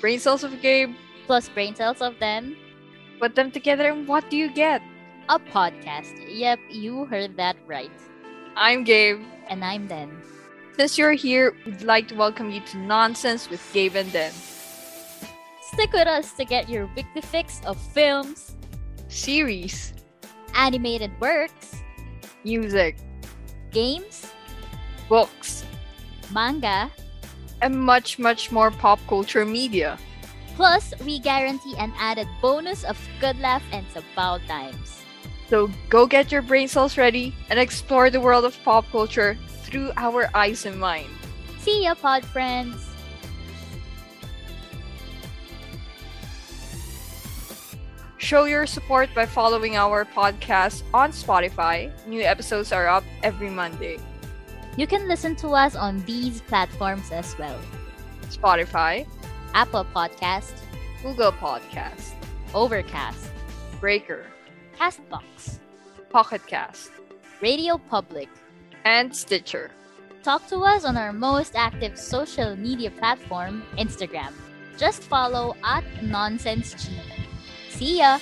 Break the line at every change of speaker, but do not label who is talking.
brain cells of Gabe,
plus brain cells of them,
put them together, and what do you get?
a podcast. Yep, you heard that right.
I'm Gabe.
And I'm then.
Since you're here, we'd like to welcome you to Nonsense with Gabe and Den.
Stick with us to get your weekly fix of films,
Series,
animated works,
music,
games,
books,
manga.
and much, much more pop culture media.
Plus, we guarantee an added bonus of good laugh and about times.
So go get your brain cells ready and explore the world of pop culture through our eyes and mind.
See ya, pod friends!
Show your support by following our podcast on Spotify. New episodes are up every Monday.
You can listen to us on these platforms as well
Spotify,
Apple Podcast,
Google Podcast,
Overcast,
Breaker,
Castbox,
Pocket Cast,
Radio Public.
and Stitcher.
Talk to us on our most active social media platform, Instagram. Just follow at NonsenseG. See ya!